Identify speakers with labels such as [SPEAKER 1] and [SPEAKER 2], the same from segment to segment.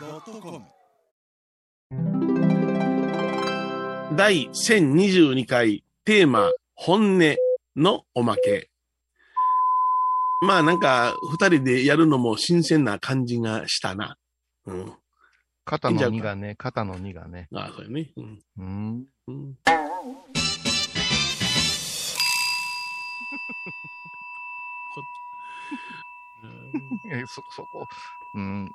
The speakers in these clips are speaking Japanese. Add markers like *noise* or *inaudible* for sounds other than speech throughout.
[SPEAKER 1] YONNIRI.com
[SPEAKER 2] 第1022回テーマ「本音」のおまけ。まあなんか、二人でやるのも新鮮な感じがしたな。うん。
[SPEAKER 3] 肩の荷がね、肩の荷がね。
[SPEAKER 2] ああ、そうよね。うん。
[SPEAKER 3] うん。
[SPEAKER 2] うん、こうん
[SPEAKER 3] え、そ、そこ。うん。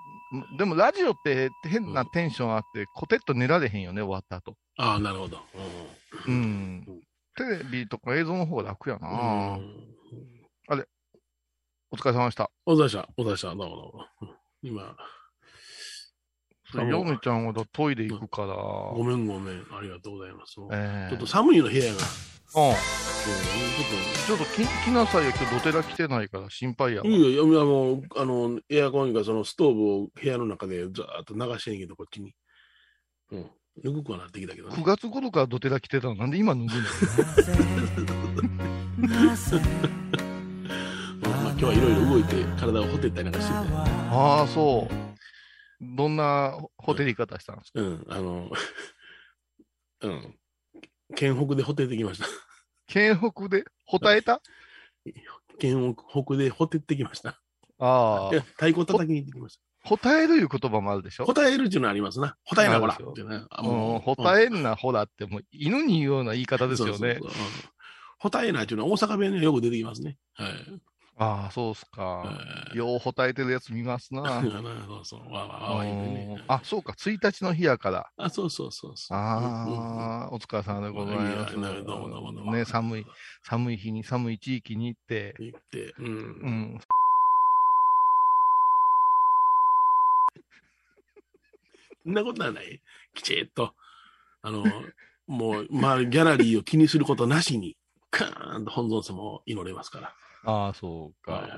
[SPEAKER 3] でもラジオって変なテンションあって、コテッと寝られへんよね、終わった後。
[SPEAKER 2] ああ、なるほど。
[SPEAKER 3] うん
[SPEAKER 2] うん。
[SPEAKER 3] テレビとか映像の方が楽や
[SPEAKER 2] う
[SPEAKER 3] な。
[SPEAKER 2] ん。
[SPEAKER 3] お疲れ様でした。
[SPEAKER 2] おざした、おざした、どうもどうもうん。今、
[SPEAKER 3] ヨ
[SPEAKER 2] どうも
[SPEAKER 3] ネちゃんはだトイレ行くから。
[SPEAKER 2] ごめんごめん。ありがとうございます。
[SPEAKER 3] ええ
[SPEAKER 2] ちょっと寒いの部屋が、うんち
[SPEAKER 3] うん
[SPEAKER 2] ょっと
[SPEAKER 3] ちょっとき来なさいよ、今日ドテラ来てないから心配やわ。
[SPEAKER 2] いいよ、いやあの、あの、エアコンがそのストーブを部屋の中でずーっと流してんねんけど、こっちに。うん。ぬくくはなってきたけど
[SPEAKER 3] 9
[SPEAKER 2] ね。
[SPEAKER 3] 月頃からドテラ来てたの、なんで今脱ぐの
[SPEAKER 2] まあ、今日はいろいろ動いて、体をほてったりなんかしてて。
[SPEAKER 3] ああ、そう。どんなホテル方したんですか
[SPEAKER 2] うん、あの、 *laughs* うん。県北でほてってきました。 *laughs*
[SPEAKER 3] 県北で、ほたえた
[SPEAKER 2] 県北でほてってきました。
[SPEAKER 3] あ
[SPEAKER 2] いや
[SPEAKER 3] あ、
[SPEAKER 2] 太鼓叩きに行ってきまし。
[SPEAKER 3] ほたえるいう言葉もあるでしたょ
[SPEAKER 2] ほたえるっていうのはありますな。ほたえな、ほら。
[SPEAKER 3] あるでしょ
[SPEAKER 2] っていうね。あ
[SPEAKER 3] うん、ほ
[SPEAKER 2] え
[SPEAKER 3] たえんな、ほらって、もう犬に言うような言い方ですよね。
[SPEAKER 2] そうそうそううんほたえなっていうのは大阪弁にはよく出てきますね。はい。
[SPEAKER 3] ああ、そうっす
[SPEAKER 2] は
[SPEAKER 3] か。
[SPEAKER 2] い
[SPEAKER 3] ようほたえてるやつ見ますな。
[SPEAKER 2] *laughs* うんそうそう。わーわーわー言うてね
[SPEAKER 3] うんあ、そうか、1日の日やから。
[SPEAKER 2] あ、そうそうそうそう。
[SPEAKER 3] ああ、お疲れ様でございます。
[SPEAKER 2] いやどうもどうもどうも
[SPEAKER 3] ね、寒い、寒い日に、寒い地域に行って、
[SPEAKER 2] うんうん。言って、うん。
[SPEAKER 3] うん。
[SPEAKER 2] そんなことはない。きちっと、あの、もう、まあ、ギャラリーを気にすることなしに、カーンと本尊様を祈れますか
[SPEAKER 3] ああ、そう
[SPEAKER 2] ら。はい
[SPEAKER 3] か。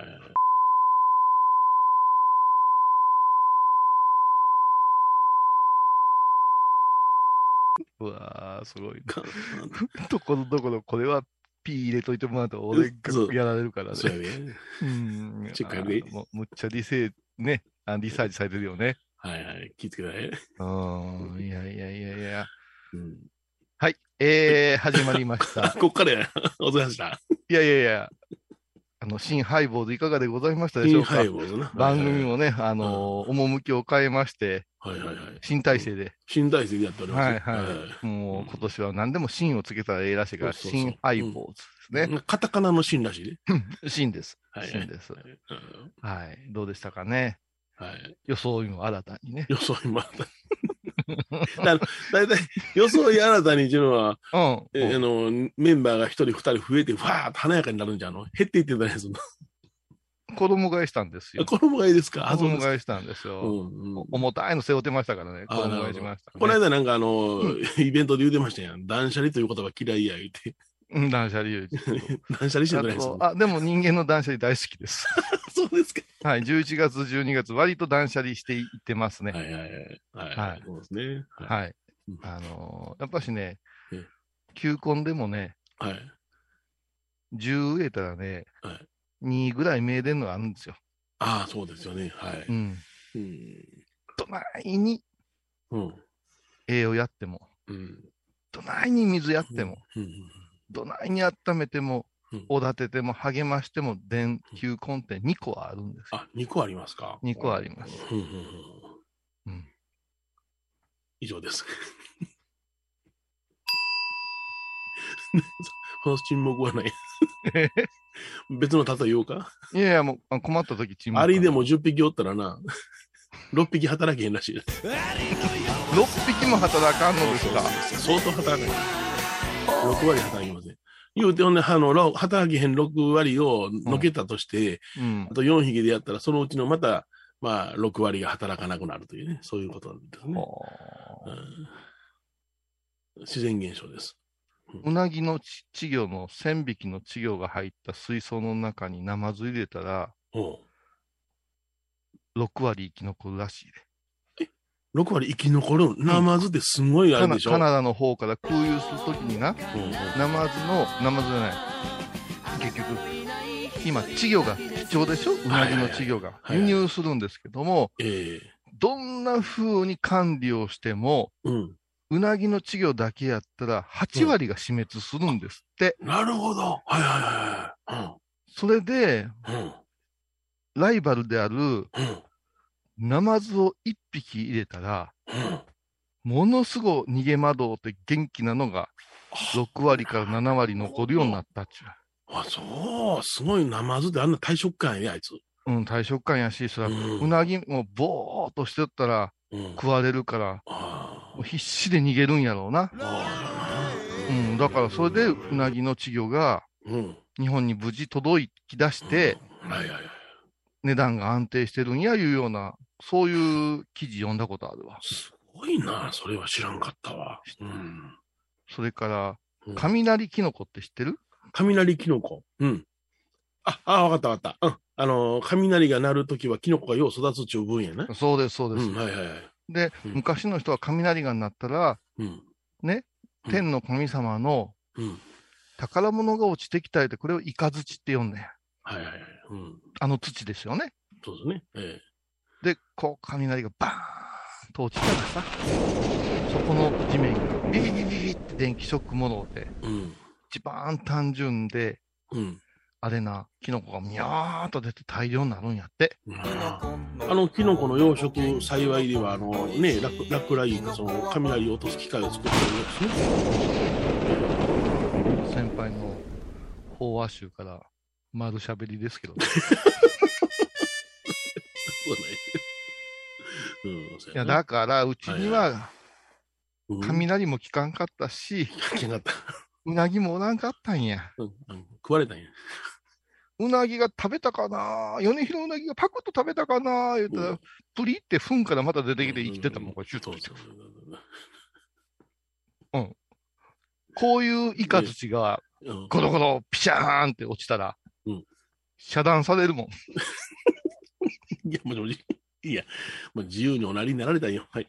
[SPEAKER 3] うわあ、すごい。
[SPEAKER 2] カーンと
[SPEAKER 3] ところどころ、これは P 入れといてもらうと、俺
[SPEAKER 2] そう
[SPEAKER 3] がやられるから
[SPEAKER 2] そう
[SPEAKER 3] ね。
[SPEAKER 2] やね。
[SPEAKER 3] うん
[SPEAKER 2] チェックやで
[SPEAKER 3] あーもうむっちゃリセ、ね、あリサーチされてるよね。
[SPEAKER 2] はいはい。気ぃつけてね。
[SPEAKER 3] うん、いやいやいやいや。
[SPEAKER 2] うん、
[SPEAKER 3] はい、えー、始まりまし
[SPEAKER 2] あ、 *laughs*
[SPEAKER 3] た。
[SPEAKER 2] こっからや。お疲れ様でした。
[SPEAKER 3] いやいやいや、あの、新ハイボーズいかがでございましたでし
[SPEAKER 2] イ
[SPEAKER 3] ょ
[SPEAKER 2] ン
[SPEAKER 3] う
[SPEAKER 2] ハ
[SPEAKER 3] か
[SPEAKER 2] イ。ボーズな。
[SPEAKER 3] 番組。もね、あのー趣を変えまして、
[SPEAKER 2] はいはいはい。
[SPEAKER 3] 新体制で、
[SPEAKER 2] 新体制でやっております。
[SPEAKER 3] はいはいもう今年は何でも新をつけたらええらしいから、
[SPEAKER 2] そうそうそう
[SPEAKER 3] 新ハイボーズですね。
[SPEAKER 2] ね。カタカナの新らしいね。
[SPEAKER 3] 新です。
[SPEAKER 2] はいはい
[SPEAKER 3] 新です。
[SPEAKER 2] うん
[SPEAKER 3] はい。どうでしたかね。
[SPEAKER 2] はい。 *laughs*
[SPEAKER 3] 装いも新たにね。
[SPEAKER 2] 予想今だだだいたい予想新たにっていうのは、
[SPEAKER 3] うん。
[SPEAKER 2] えあのメンバーが一人二人増えてわーっと華やかになるんじゃんの減っていってたりする
[SPEAKER 3] 子供買いしたんですよ
[SPEAKER 2] の。。子供がいいですか
[SPEAKER 3] 子供
[SPEAKER 2] い
[SPEAKER 3] 買いしたんですよ。
[SPEAKER 2] うんうん
[SPEAKER 3] 重たいの背負ってましたからね。子
[SPEAKER 2] あー
[SPEAKER 3] 供
[SPEAKER 2] なるほ
[SPEAKER 3] 買
[SPEAKER 2] ど
[SPEAKER 3] いしましたね。
[SPEAKER 2] この間なんかあの、イベントで言うてましたやん。断捨離という言葉嫌いや言って。 *laughs*
[SPEAKER 3] うん断捨離より
[SPEAKER 2] 断捨離して
[SPEAKER 3] あ
[SPEAKER 2] ないです
[SPEAKER 3] と
[SPEAKER 2] もん。
[SPEAKER 3] あ、でも人間の断捨離大好きです。 *laughs*
[SPEAKER 2] そうですか。
[SPEAKER 3] はい。11月、12月、割と断捨離していってますね。
[SPEAKER 2] はいはいはい。は
[SPEAKER 3] はいい。
[SPEAKER 2] そうですね。は
[SPEAKER 3] はい
[SPEAKER 2] うん。
[SPEAKER 3] あのーやっぱしね
[SPEAKER 2] ええ、
[SPEAKER 3] 球根でもね、
[SPEAKER 2] い。はい。
[SPEAKER 3] 10植えたらね
[SPEAKER 2] はい、
[SPEAKER 3] 2ぐらい芽出るのあるんですよ。
[SPEAKER 2] ああ、そうですよね。は
[SPEAKER 3] う
[SPEAKER 2] い。
[SPEAKER 3] ん。
[SPEAKER 2] うん。
[SPEAKER 3] どないに
[SPEAKER 2] うん。
[SPEAKER 3] 栄養やっても、
[SPEAKER 2] うん。
[SPEAKER 3] どないに水やっても、
[SPEAKER 2] うん。
[SPEAKER 3] どないに温めても
[SPEAKER 2] うん、
[SPEAKER 3] おだてても、励ましても、電球根って2個はあるんですよ。
[SPEAKER 2] あ、2個ありますか。
[SPEAKER 3] 2個あります。
[SPEAKER 2] うんうんうん
[SPEAKER 3] うん
[SPEAKER 2] 以上です。 *laughs* その沈黙は *laughs* ない。別の例え言おうか。
[SPEAKER 3] いやいや、もうあ困った時チーム。
[SPEAKER 2] アリでも10匹おったらな、6匹働けへんらしいです。
[SPEAKER 3] 6匹も働かんのですか。
[SPEAKER 2] 相当働けへん。6割働きません。言うてほんで、あの、ろ働けへん6割をのけたとして、
[SPEAKER 3] うん
[SPEAKER 2] あ。と4匹でやったら、そのうちのまた、まあ、6割が働かなくなるというね、そういうことなんですね。
[SPEAKER 3] あー
[SPEAKER 2] うん自然現象です。
[SPEAKER 3] うなぎのち稚魚の1000匹の稚魚が入った水槽の中にナマズ入れたら、
[SPEAKER 2] お
[SPEAKER 3] 6割生き残るらしいで。
[SPEAKER 2] 6割生き残るナマズってすごいあ
[SPEAKER 3] カ
[SPEAKER 2] れ
[SPEAKER 3] ナ
[SPEAKER 2] でしょ、
[SPEAKER 3] カナダの方から空輸するときにな、
[SPEAKER 2] うんうん
[SPEAKER 3] ナマズの、ナマズじゃない、結局、今、稚魚が貴重でしょうなぎの稚魚が。
[SPEAKER 2] はいはい
[SPEAKER 3] 輸入するんですけども、
[SPEAKER 2] ええ
[SPEAKER 3] どんな風に管理をしても、
[SPEAKER 2] うん。
[SPEAKER 3] うなぎの稚魚だけやったら8割が死滅するんですって。
[SPEAKER 2] なるほど。はいはいは
[SPEAKER 3] それで、
[SPEAKER 2] いはい。うん。
[SPEAKER 3] ライバルである
[SPEAKER 2] うん。
[SPEAKER 3] ナマズを1匹入れたら、
[SPEAKER 2] うん。うん。
[SPEAKER 3] ものすごい逃げ惑うて元気なのが6割から7割残るようになったっちゅ
[SPEAKER 2] あ、そう。すごいナマズであんな大食感やね、あいつ。
[SPEAKER 3] う。うん、大食感やし、そら、
[SPEAKER 2] うん
[SPEAKER 3] うなぎもぼーっとしてったら
[SPEAKER 2] うん。
[SPEAKER 3] 食われるから、
[SPEAKER 2] あ
[SPEAKER 3] もう必死で逃げるんやろうな。
[SPEAKER 2] ーあ
[SPEAKER 3] うん、だからそれでうなぎの稚魚が
[SPEAKER 2] ー。うん。
[SPEAKER 3] 日本に無事届き出して、
[SPEAKER 2] はいはいはい。
[SPEAKER 3] 値段が安定してるんやいうような、そういう記事読んだことあるわ。
[SPEAKER 2] すごいな。それは知らんかったわ。うん。
[SPEAKER 3] それから
[SPEAKER 2] うん、
[SPEAKER 3] 雷キノコって知ってる
[SPEAKER 2] 雷キノコ。うん。あ、あ、わかったわかった。うん。あの、雷が鳴るときはキノコがよう育つちゅう分やね。
[SPEAKER 3] そうです、そう
[SPEAKER 2] う
[SPEAKER 3] です。
[SPEAKER 2] ん、はいはいはい。
[SPEAKER 3] で、
[SPEAKER 2] うん
[SPEAKER 3] 昔の人は雷が鳴ったら、
[SPEAKER 2] うん。うん
[SPEAKER 3] 天の神様の
[SPEAKER 2] うん。
[SPEAKER 3] 宝物が落ちてきたりって、これをイカズチって呼んでん。
[SPEAKER 2] はいはいはい。うん。
[SPEAKER 3] あの土ですよね。
[SPEAKER 2] そうですね。え
[SPEAKER 3] で、こう、雷がバーンと落ちたらさ、そこの地面がビビビビビって電気ショックもので、
[SPEAKER 2] えうん。
[SPEAKER 3] 一番単純で、
[SPEAKER 2] うん。
[SPEAKER 3] あれな、キノコがミャーっと出て大量になるんやって。
[SPEAKER 2] あのキノコの養殖幸いではあのね落落雷かその雷を落とす機械を作ってるんですね。
[SPEAKER 3] 先輩の飽和集から丸しゃべりです *laughs* けど、
[SPEAKER 2] *laughs* そうね。うん、そう
[SPEAKER 3] いや、
[SPEAKER 2] ね
[SPEAKER 3] だから、うちには
[SPEAKER 2] うん
[SPEAKER 3] 雷も効かんかったし、
[SPEAKER 2] 関係なかっ
[SPEAKER 3] うなぎもおらんかったんや。
[SPEAKER 2] た。うんうん食われたんや。
[SPEAKER 3] うなぎが食べたかな米広うなぎがパクッと食べたかな言うたら、
[SPEAKER 2] うん
[SPEAKER 3] プリって糞からまた出てきて生きてたもん、これ、シュッ
[SPEAKER 2] そ
[SPEAKER 3] と
[SPEAKER 2] う
[SPEAKER 3] して
[SPEAKER 2] そうそ
[SPEAKER 3] こういうイカ土が、
[SPEAKER 2] ううん
[SPEAKER 3] ゴロゴロ、ピシャーンって落ちたら、
[SPEAKER 2] うん
[SPEAKER 3] 遮断されるもん。
[SPEAKER 2] いや、もしもし。いや、もう自由におなりになられたんよ。はい。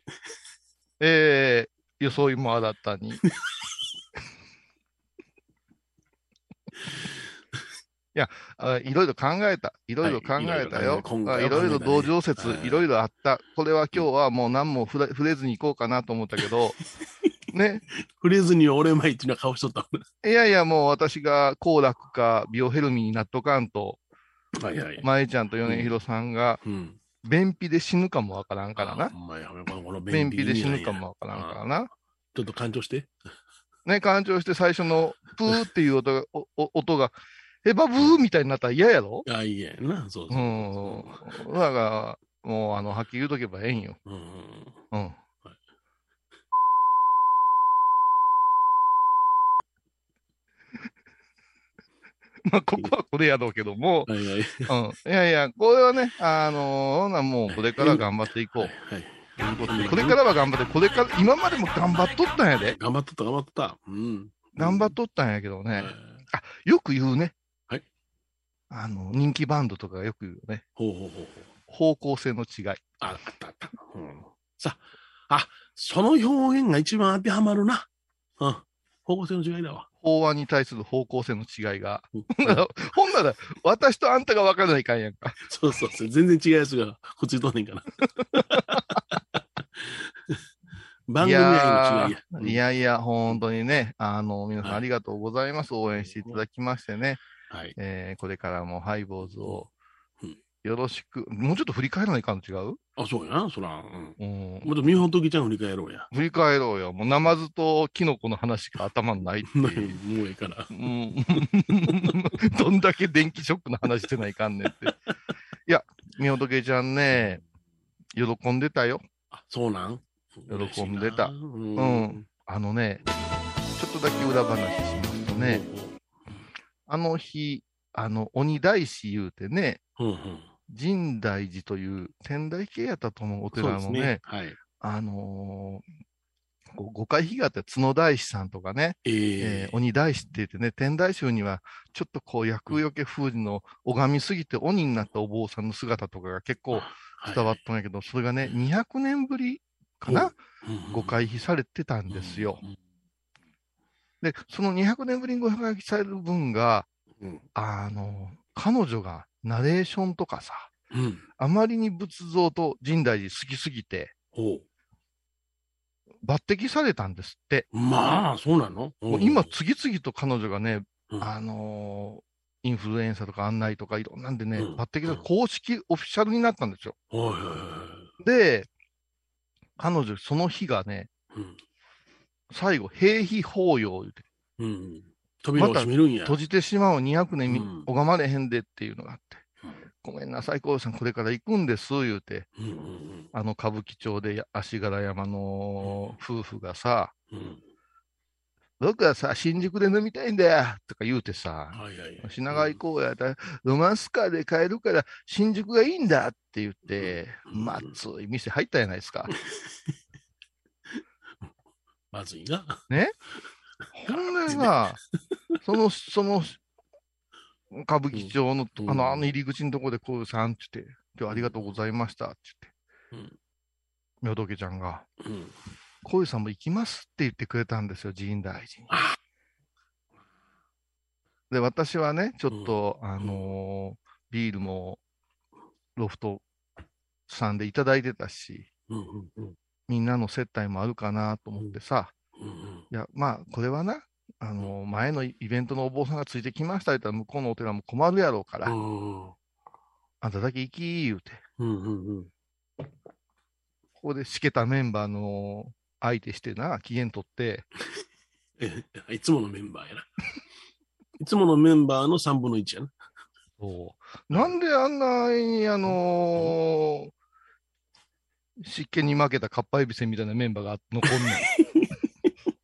[SPEAKER 3] えー、装いも新
[SPEAKER 2] *laughs*
[SPEAKER 3] たに。いやあ、いろいろ考えた。いろいろ考えた
[SPEAKER 2] はいい
[SPEAKER 3] よ
[SPEAKER 2] ろいろ考え。今
[SPEAKER 3] あ
[SPEAKER 2] 回は
[SPEAKER 3] いろいろ同情説、
[SPEAKER 2] はい
[SPEAKER 3] いろいろあった。これは今日はもう何も触れ触れずに行こうかなと思ったけ
[SPEAKER 2] *laughs*
[SPEAKER 3] ど、ね。
[SPEAKER 2] 触れずに俺前っていうのは顔しとった。
[SPEAKER 3] いやいや、もう私が幸楽かビオヘルミになっとかんと、
[SPEAKER 2] はいはい。
[SPEAKER 3] まえちゃんと米広さんが、
[SPEAKER 2] うん。
[SPEAKER 3] 便秘で死ぬかもわからんからな。
[SPEAKER 2] ほんまや、ほんまやこの便
[SPEAKER 3] 便
[SPEAKER 2] 秘
[SPEAKER 3] 秘で死ぬ
[SPEAKER 2] にな
[SPEAKER 3] か
[SPEAKER 2] んや。
[SPEAKER 3] もわからんからな。
[SPEAKER 2] ちょっと感情して。
[SPEAKER 3] ね、干潮して最初のプーっていう音が、 *laughs* おお音が、えばブーみたいになったら嫌やろ
[SPEAKER 2] あ、いいやな。そう
[SPEAKER 3] う
[SPEAKER 2] そう。
[SPEAKER 3] ん。だから、もう、あの、はっきり言うとけばええんよ。
[SPEAKER 2] うん。うん
[SPEAKER 3] うん。 *laughs* まあ、ここはこれやろうけども、
[SPEAKER 2] はいはい。
[SPEAKER 3] うん。いやいや、これはね、あのほなもう、これから頑張っていこう。
[SPEAKER 2] はい。
[SPEAKER 3] これからは頑張って、これから、今までも頑張っとったんやで。
[SPEAKER 2] 頑張っとった、頑張っとった。うん。
[SPEAKER 3] 頑張っ
[SPEAKER 2] と
[SPEAKER 3] とったんやけど
[SPEAKER 2] た
[SPEAKER 3] ね。よく言うね。
[SPEAKER 2] はい。
[SPEAKER 3] あの、人気バンドとかがよく言うね。
[SPEAKER 2] ほうほうほうほう。
[SPEAKER 3] 方向性の違い。
[SPEAKER 2] あ、あったあった。うん。さあ、あ、その表現が一番当てはまるな。うん。方向性の違いだわ。
[SPEAKER 3] 法案に対する方向性の違いが。 *laughs*
[SPEAKER 2] うん
[SPEAKER 3] ほんなら、ほんなら私とあんたが分からないかんやんか。
[SPEAKER 2] そうそうそう。全然違うやつがこっちとんねんから。
[SPEAKER 3] *laughs*
[SPEAKER 2] 番組愛の違いや。うん
[SPEAKER 3] いやいや、本当にね、あの、皆さん
[SPEAKER 2] はい
[SPEAKER 3] ありがとうございます。応援していただきましてね。
[SPEAKER 2] はい。
[SPEAKER 3] えーこれからもハイボーズを
[SPEAKER 2] うん
[SPEAKER 3] よろしく。もうちょっと振り返らないかんの違う
[SPEAKER 2] あ、そうやな、そら。うん。
[SPEAKER 3] うん。
[SPEAKER 2] もっと見本ときちゃん振り返ろうや。
[SPEAKER 3] 振り返ろうよ。もうナマズとキノコの話しか頭にないって
[SPEAKER 2] *laughs* も
[SPEAKER 3] いう。
[SPEAKER 2] うええから。
[SPEAKER 3] うん、 *laughs* どんだけ電気ショックの話してないかんねんって。いや、みほとけちゃんね、喜んでたよ。
[SPEAKER 2] あ、そうなん
[SPEAKER 3] 喜んでた
[SPEAKER 2] 嬉しいなう
[SPEAKER 3] うんん。あのね、ちょっとだけ裏話しますとね、あの日、あの、鬼大師言うてね、
[SPEAKER 2] うんうん。
[SPEAKER 3] 神大寺という天台系やったと思うお
[SPEAKER 2] そう
[SPEAKER 3] 寺
[SPEAKER 2] です
[SPEAKER 3] のね、
[SPEAKER 2] ね。はい。
[SPEAKER 3] あのーご誤解被害あって角大師さんとかね、え
[SPEAKER 2] ええ
[SPEAKER 3] ー鬼大師って言ってね、天台宗には、ちょっとこう、厄除け風の拝みすぎて鬼になったお坊さんの姿とかが結構
[SPEAKER 2] はい
[SPEAKER 3] 伝わったんやけど、それがね、200年ぶりかな、ご回避されてたんですよ。
[SPEAKER 2] うん。
[SPEAKER 3] で、その200年ぶりにご回避される分が、
[SPEAKER 2] うん。
[SPEAKER 3] あの、彼女がナレーションとかさ、
[SPEAKER 2] うん。
[SPEAKER 3] あまりに仏像と神代寺好きすぎて、
[SPEAKER 2] ほ
[SPEAKER 3] 抜擢されたんですって。
[SPEAKER 2] う。まあ、そうなの
[SPEAKER 3] もう今、、次々と彼女がね、
[SPEAKER 2] うん
[SPEAKER 3] あのーインフルエンサーとか案内とかいろんなんでね、
[SPEAKER 2] うん
[SPEAKER 3] 抜擢が公式オフィシャルになったんですよ。
[SPEAKER 2] うんはいはい
[SPEAKER 3] で、彼女、その日がね、
[SPEAKER 2] はいうん
[SPEAKER 3] 最後、平費法要言うて
[SPEAKER 2] うん。扉を閉めるんや。
[SPEAKER 3] 閉じてしまう200年み
[SPEAKER 2] うん
[SPEAKER 3] 拝まれへんでっていうのがあって、
[SPEAKER 2] うん
[SPEAKER 3] ごめんなさい、幸さん、これから行くんです、言うて、
[SPEAKER 2] うんうん
[SPEAKER 3] あの歌舞伎町で足柄山の夫婦がさ、
[SPEAKER 2] うんうん。
[SPEAKER 3] 僕はさ、新宿で飲みたいんだよとか言うてさ、
[SPEAKER 2] はいはい。
[SPEAKER 3] 品川行こうやったら、ロマンスカーで買えるから、新宿がいいんだって言って、
[SPEAKER 2] うん
[SPEAKER 3] まずい店入ったじゃないですか。
[SPEAKER 2] まずいな。
[SPEAKER 3] ほんでさ、その、その、歌舞伎町の、
[SPEAKER 2] うん
[SPEAKER 3] あの、あの入り口のとこで、こうさんって言って、今日ありがとうございましたって言って、みょどけちゃんが、
[SPEAKER 2] うん。
[SPEAKER 3] こういうさんも行きますって言ってくれたんですよ、寺院大臣。で、私はね、ちょっと、あのービールも、ロフトさんでいただいてたし、
[SPEAKER 2] うんうんうん
[SPEAKER 3] みんなの接待もあるかなと思ってさ、
[SPEAKER 2] うん
[SPEAKER 3] いや、まあ、これはな、あのー前のイベントのお坊さんがついてきました言ったら、向こうのお寺も困るやろうから、
[SPEAKER 2] うん。
[SPEAKER 3] あんただけ行きー言うて、
[SPEAKER 2] うんうんうん。
[SPEAKER 3] ここでしけたメンバーの相手してな、機嫌取って、
[SPEAKER 2] え、 *laughs* いつものメンバーやな。いつものメンバーの3分の1やな。
[SPEAKER 3] なんであんなに、あのー、湿気に負けたかっぱえびせんみたいなメンバーが残ん
[SPEAKER 2] *laughs*
[SPEAKER 3] の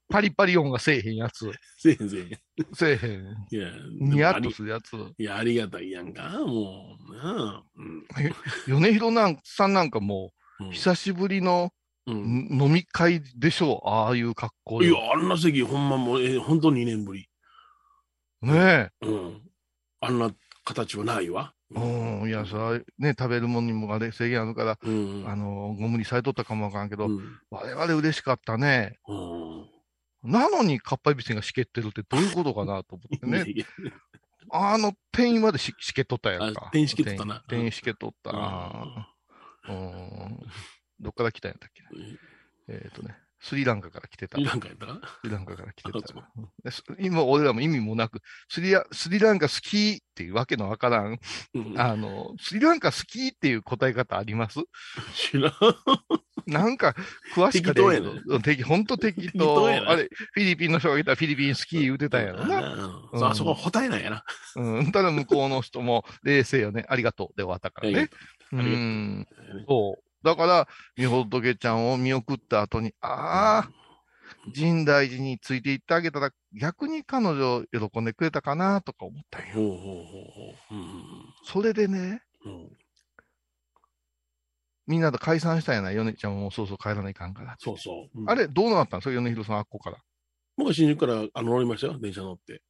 [SPEAKER 3] パリパリ音がせえへんやつ、
[SPEAKER 2] せえぜ
[SPEAKER 3] せえへん、
[SPEAKER 2] え。いや、
[SPEAKER 3] ニヤッ
[SPEAKER 2] で
[SPEAKER 3] と
[SPEAKER 2] もあ
[SPEAKER 3] するやつ。
[SPEAKER 2] りいや、ありがたいやんか、もう。なあ。うん
[SPEAKER 3] 米広なんさんなんかも
[SPEAKER 2] うん
[SPEAKER 3] う、久しぶりの
[SPEAKER 2] うん。
[SPEAKER 3] 飲み会でしょう、ああいう格好
[SPEAKER 2] い
[SPEAKER 3] で。
[SPEAKER 2] や、あんな席、ほんまもう、え、ほんと2年ぶり。
[SPEAKER 3] ね
[SPEAKER 2] うん。あんな形はないわ。
[SPEAKER 3] え。うん、いや、さ、ね、食べるものにもあれ制限あるから、
[SPEAKER 2] うん。
[SPEAKER 3] あのー、ご無理されとったかもわからんけど、
[SPEAKER 2] うん
[SPEAKER 3] 我々嬉しかったね。
[SPEAKER 2] うん。
[SPEAKER 3] なのに、かっぱえびせんがしけってるってどういうことかなと思って
[SPEAKER 2] いや
[SPEAKER 3] ね。
[SPEAKER 2] いや
[SPEAKER 3] あの、店員までししけっとったやん
[SPEAKER 2] あ
[SPEAKER 3] か。
[SPEAKER 2] 店員しけっとったな
[SPEAKER 3] 店店員しけっとった。
[SPEAKER 2] うん
[SPEAKER 3] あーうん。どっから来たんやったっけね
[SPEAKER 2] うん
[SPEAKER 3] えっ、とね、スリランカから来てた。
[SPEAKER 2] なんかやったか
[SPEAKER 3] スリランカから来て
[SPEAKER 2] あそ
[SPEAKER 3] た。でス今、俺らも意味もなく、スリラスリランカ好きっていうわけのわからん、
[SPEAKER 2] うん
[SPEAKER 3] あの、スリランカ好きっていう答え方あ
[SPEAKER 2] *laughs*
[SPEAKER 3] ります
[SPEAKER 2] 知らん。
[SPEAKER 3] なんか、詳しく
[SPEAKER 2] 適当やね
[SPEAKER 3] 適ほんと適
[SPEAKER 2] 適当
[SPEAKER 3] 当。
[SPEAKER 2] やな
[SPEAKER 3] あれ、フィリピンの人が来たらフィリピン好き言うてたんやろな。
[SPEAKER 2] うんそうあそこは答えないやな。
[SPEAKER 3] うん。ただ向こうの人も冷静よね。ありがとうで終わったからね。う。
[SPEAKER 2] ありがとうん
[SPEAKER 3] そう。だから、みほとけちゃんを見送った後に、ああ、神大寺について行ってあげたら、逆に彼女喜んでくれたかなとか思ったんよ。
[SPEAKER 2] ほうほうほうほう。うん
[SPEAKER 3] それでね、
[SPEAKER 2] うんうんうん
[SPEAKER 3] みんなと解散したんやない、ヨネちゃんもそうそう帰らないかんから。
[SPEAKER 2] そうそう。うん
[SPEAKER 3] あれ、どうなったんですか、ヨネヒロさん、あっこから。
[SPEAKER 2] 僕は新宿からあの乗りましたよ、電車乗って。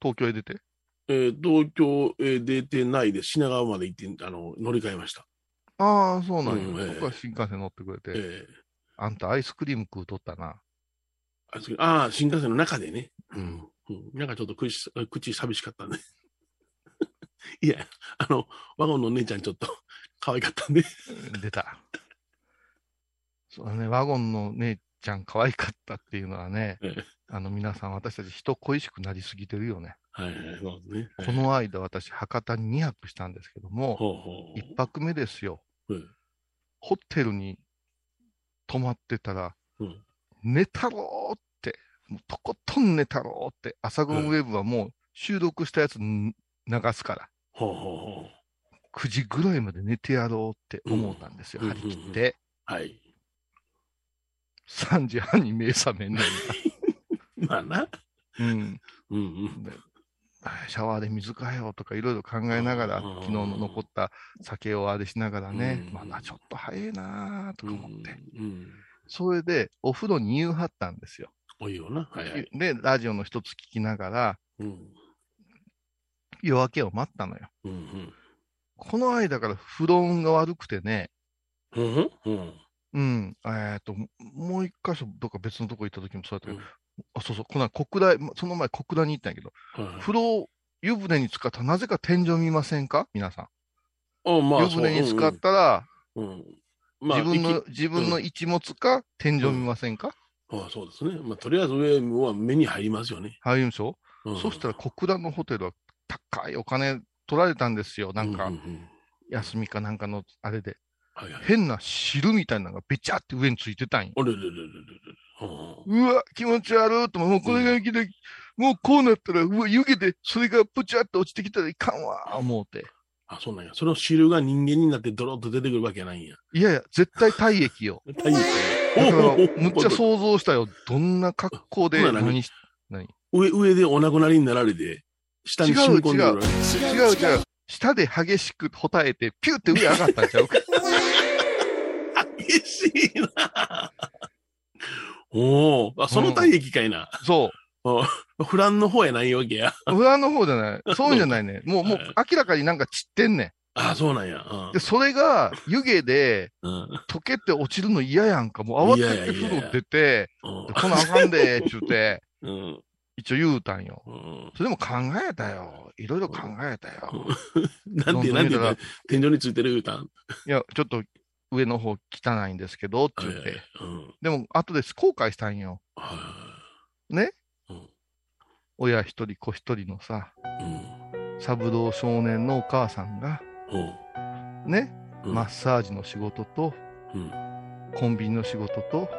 [SPEAKER 3] 東京へ出て。
[SPEAKER 2] えー東京、えー出てないで品川まで行って、あの、乗り換えました。
[SPEAKER 3] ああ、そうなんや。
[SPEAKER 2] うんええ
[SPEAKER 3] 僕は新幹線乗ってくれ
[SPEAKER 2] え
[SPEAKER 3] て、
[SPEAKER 2] ー
[SPEAKER 3] あんたアイスクリーム食うとったな。
[SPEAKER 2] あそうあー、新幹線の中でね。
[SPEAKER 3] う。
[SPEAKER 2] うんん。なんかちょっと口、口寂しかったんで。 *laughs* いや、あの、ワゴンの姉ちゃんちょっと *laughs* 可愛かったんで。
[SPEAKER 3] 出た。そうだね、ワゴンの姉ちゃん可愛かったっていうのはね
[SPEAKER 2] ええ、
[SPEAKER 3] あの皆さん私たち人恋しくなりすぎてるよね。
[SPEAKER 2] はいはい、そうですね。
[SPEAKER 3] この間私博多に2泊したんですけども、
[SPEAKER 2] ほうほう
[SPEAKER 3] 1泊目ですよ
[SPEAKER 2] うん。
[SPEAKER 3] ホテルに泊まってたら
[SPEAKER 2] うん、
[SPEAKER 3] 寝たろうって、もうとことん寝たろうって、朝ゴンウェブはもう収録したやつ流すから。
[SPEAKER 2] ほうほうほう。
[SPEAKER 3] 9時ぐらいまで寝てやろうって思ったんですよ、
[SPEAKER 2] うん
[SPEAKER 3] 張り切っ
[SPEAKER 2] う
[SPEAKER 3] て。
[SPEAKER 2] はい。
[SPEAKER 3] 3時半に目覚めんの
[SPEAKER 2] まあな。
[SPEAKER 3] に。うん
[SPEAKER 2] うんうん。
[SPEAKER 3] であシャワーで水かよとかいろいろ考えながら、
[SPEAKER 2] うん
[SPEAKER 3] 昨日の残った酒をあれしながらね、
[SPEAKER 2] うん
[SPEAKER 3] まだちょっと早いなーとか思って。
[SPEAKER 2] うんうん。
[SPEAKER 3] それで、お風呂に湯張ったんですよ。
[SPEAKER 2] おいよな。はいはい。
[SPEAKER 3] で、ラジオの一つ聞きながら、
[SPEAKER 2] うん。
[SPEAKER 3] 夜明けを待ったのよ。
[SPEAKER 2] うんうん。
[SPEAKER 3] この間から風呂運が悪くてね、
[SPEAKER 2] うんうん。
[SPEAKER 3] うん、えっと、もう一箇所、どっか別のとこ行った時もそうだったけど、
[SPEAKER 2] うん
[SPEAKER 3] あそうそう、この前、国大、その前、国大に行ったんやけど、
[SPEAKER 2] はい
[SPEAKER 3] 風呂湯船に浸かったらなぜか天井見ませんか皆さん。
[SPEAKER 2] おまあ、
[SPEAKER 3] 湯船に
[SPEAKER 2] そう
[SPEAKER 3] 浸かったら、
[SPEAKER 2] うんうんまあ、
[SPEAKER 3] 自分の
[SPEAKER 2] 息、
[SPEAKER 3] 自分の一物か、天井見ませんか、
[SPEAKER 2] ああそうですね。まあ、とりあえず上は目に入りますよね。
[SPEAKER 3] 入るでしょ、
[SPEAKER 2] う
[SPEAKER 3] そしたら国団のホテルは高いお金取られたんですよ。なん
[SPEAKER 2] う
[SPEAKER 3] か
[SPEAKER 2] う、うん
[SPEAKER 3] 休みかなんかのあれで。
[SPEAKER 2] はいはい。
[SPEAKER 3] 変な汁みたいなのがべちゃって上についてたんよ。
[SPEAKER 2] おれれれれれれれ。うん
[SPEAKER 3] うわ、気持ち悪いと思う。もうこれが雪で、もうこうなったら、うわ、湯気で、それがぷちゃって落ちてきたらいかんわ、思うて。
[SPEAKER 2] あ、そうなんや。その汁が人間になってドロッと出てくるわけないんや。
[SPEAKER 3] いやいや、絶対体液よ。
[SPEAKER 2] 大
[SPEAKER 3] だ
[SPEAKER 2] 変。
[SPEAKER 3] か
[SPEAKER 2] お
[SPEAKER 3] ら、
[SPEAKER 2] お
[SPEAKER 3] むっちゃ
[SPEAKER 2] う。
[SPEAKER 3] 想像したよ。どんな格好で
[SPEAKER 2] ほんなら何
[SPEAKER 3] 何し、
[SPEAKER 2] 上、上でお亡くなりになられて、下に染み込んでくるわけ。
[SPEAKER 3] *laughs* 違う違う。下で激しくほたえて、ピューって上上がったんちゃうか。
[SPEAKER 2] 激しいな。おお、あ、その体液かいな。
[SPEAKER 3] そ
[SPEAKER 2] フランの方やないわけや。
[SPEAKER 3] *laughs* う。裏の方じゃない。そうじゃないね。もう、もう
[SPEAKER 2] はい
[SPEAKER 3] 明らかになんか散ってんね
[SPEAKER 2] あ、そうなんや。
[SPEAKER 3] ん。で、それが湯気で
[SPEAKER 2] うん。うん。
[SPEAKER 3] 溶けて落ちるの嫌やんか。もう慌てて風呂出て、
[SPEAKER 2] うん
[SPEAKER 3] こんなんあかんで、ちゅうて、
[SPEAKER 2] うん。
[SPEAKER 3] 一応言うたんよ。
[SPEAKER 2] うん
[SPEAKER 3] それでも考えたよ。いろいろ考えたよ。
[SPEAKER 2] *laughs* なんて、
[SPEAKER 3] どんどん
[SPEAKER 2] なんて
[SPEAKER 3] 見た
[SPEAKER 2] 言
[SPEAKER 3] ら
[SPEAKER 2] うて、天井についてる言うたん。
[SPEAKER 3] いや、ちょっと上の方汚いんですけど、って
[SPEAKER 2] はい
[SPEAKER 3] 言
[SPEAKER 2] は
[SPEAKER 3] っ
[SPEAKER 2] い
[SPEAKER 3] て。
[SPEAKER 2] うん。
[SPEAKER 3] でも、後で後悔したんよ。
[SPEAKER 2] は
[SPEAKER 3] ね
[SPEAKER 2] いうん
[SPEAKER 3] 親一人子一人のさ、
[SPEAKER 2] うん
[SPEAKER 3] 三郎少年のお母さんが、ね、
[SPEAKER 2] うん。
[SPEAKER 3] マッサージの仕事と、
[SPEAKER 2] うん
[SPEAKER 3] コンビニの仕事と、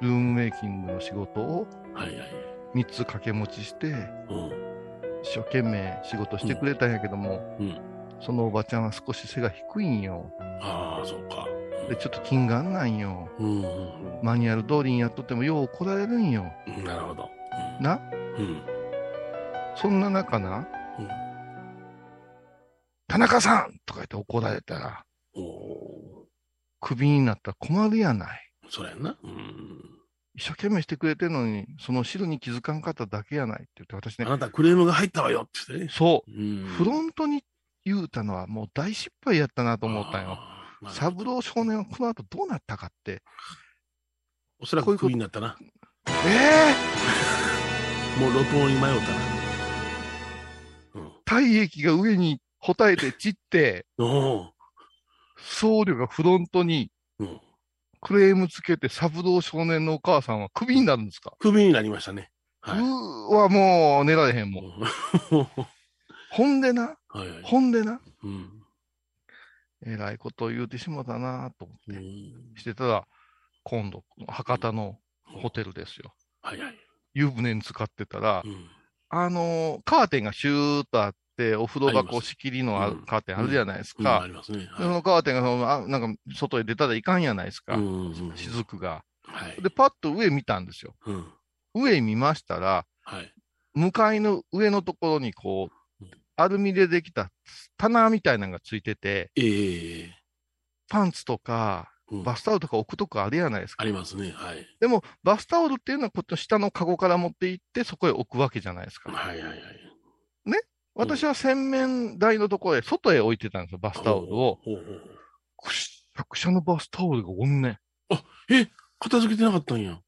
[SPEAKER 2] う
[SPEAKER 3] ルームメイキングの仕事を
[SPEAKER 2] ん。はいはい。
[SPEAKER 3] 3つ掛け持ちして、
[SPEAKER 2] うん。
[SPEAKER 3] 一生懸命仕事してくれたんやけども、
[SPEAKER 2] うんうん
[SPEAKER 3] そのおばちゃんは少し背が低いんよ。
[SPEAKER 2] ああ、そうか。
[SPEAKER 3] で、ちょっと金眼なんよ。
[SPEAKER 2] うん。うん
[SPEAKER 3] マニュアル通りにやっとってもよう怒られるんよ。
[SPEAKER 2] うん。なるほど。
[SPEAKER 3] な、
[SPEAKER 2] うん。
[SPEAKER 3] そんな中な、
[SPEAKER 2] うん
[SPEAKER 3] 田中さんとか言って怒られたら、
[SPEAKER 2] おお
[SPEAKER 3] クビになったら困るやない。
[SPEAKER 2] ー。それやんな。うん。
[SPEAKER 3] 一生懸命してくれてるのに、その汁に気づかんかっただけやないって言って、私
[SPEAKER 2] あ
[SPEAKER 3] ね、
[SPEAKER 2] なたクレームが入ったわよって言ってね。
[SPEAKER 3] そうう、
[SPEAKER 2] ん
[SPEAKER 3] フロントに言うたのはもう大失敗やったなと思ったんよ。
[SPEAKER 2] あー。まあ
[SPEAKER 3] 三郎少年はこの後どうなったかって、
[SPEAKER 2] おそら
[SPEAKER 3] こうい
[SPEAKER 2] くク
[SPEAKER 3] うこと
[SPEAKER 2] ビになったな。
[SPEAKER 3] えー、
[SPEAKER 2] もう路頭に迷ったな。うん
[SPEAKER 3] 体液が上にほたえて散って、 *laughs*
[SPEAKER 2] おー
[SPEAKER 3] 僧侶がフロントに
[SPEAKER 2] うん。
[SPEAKER 3] クレームつけて三郎少年のお母さんはクビになるんですか、。
[SPEAKER 2] クビになりましたね。はいう
[SPEAKER 3] ーわ、もう寝られへんもん。
[SPEAKER 2] *laughs* は
[SPEAKER 3] ほんでな、
[SPEAKER 2] いはい。
[SPEAKER 3] ほんでな、
[SPEAKER 2] うん。
[SPEAKER 3] えらいことを言うてしもたなと
[SPEAKER 2] うん
[SPEAKER 3] してたら、今度、博多のホテルですよ。
[SPEAKER 2] はいはい。
[SPEAKER 3] 湯船に浸かってたら
[SPEAKER 2] う、ん
[SPEAKER 3] あのーカーテンがシューッとあって、お風呂
[SPEAKER 2] あり
[SPEAKER 3] 箱
[SPEAKER 2] ます
[SPEAKER 3] 仕切りのある
[SPEAKER 2] うん
[SPEAKER 3] カーテンあるじゃないです
[SPEAKER 2] うん。あ
[SPEAKER 3] か。
[SPEAKER 2] りますね。
[SPEAKER 3] でそのカーテンがそのあ、なんか、外へ出たらいかんやないですか。
[SPEAKER 2] うん。
[SPEAKER 3] 雫が。
[SPEAKER 2] はい。
[SPEAKER 3] で、パッと上見たんですよ。
[SPEAKER 2] うん。
[SPEAKER 3] 上見ましたら、
[SPEAKER 2] はい。
[SPEAKER 3] 向かいの上のところにこう
[SPEAKER 2] うん、
[SPEAKER 3] アルミでできた棚みたいなのがついてて、
[SPEAKER 2] ええ。
[SPEAKER 3] パンツとか、
[SPEAKER 2] うん
[SPEAKER 3] バスタオルとか置くとこあるやないですか
[SPEAKER 2] あ。りますね。はい。
[SPEAKER 3] でも、バスタオルっていうのは、こっちの下のカゴから持って行って、そこへ置くわけじゃないですか。
[SPEAKER 2] はいはいはい。
[SPEAKER 3] 私は洗面台のところへ、外へ置いてたんですよ、バスタオルを。
[SPEAKER 2] ほうほうほう。
[SPEAKER 3] くしゃくしゃのバスタオルがおんね
[SPEAKER 2] え、片付けてなかったんや。
[SPEAKER 3] ん。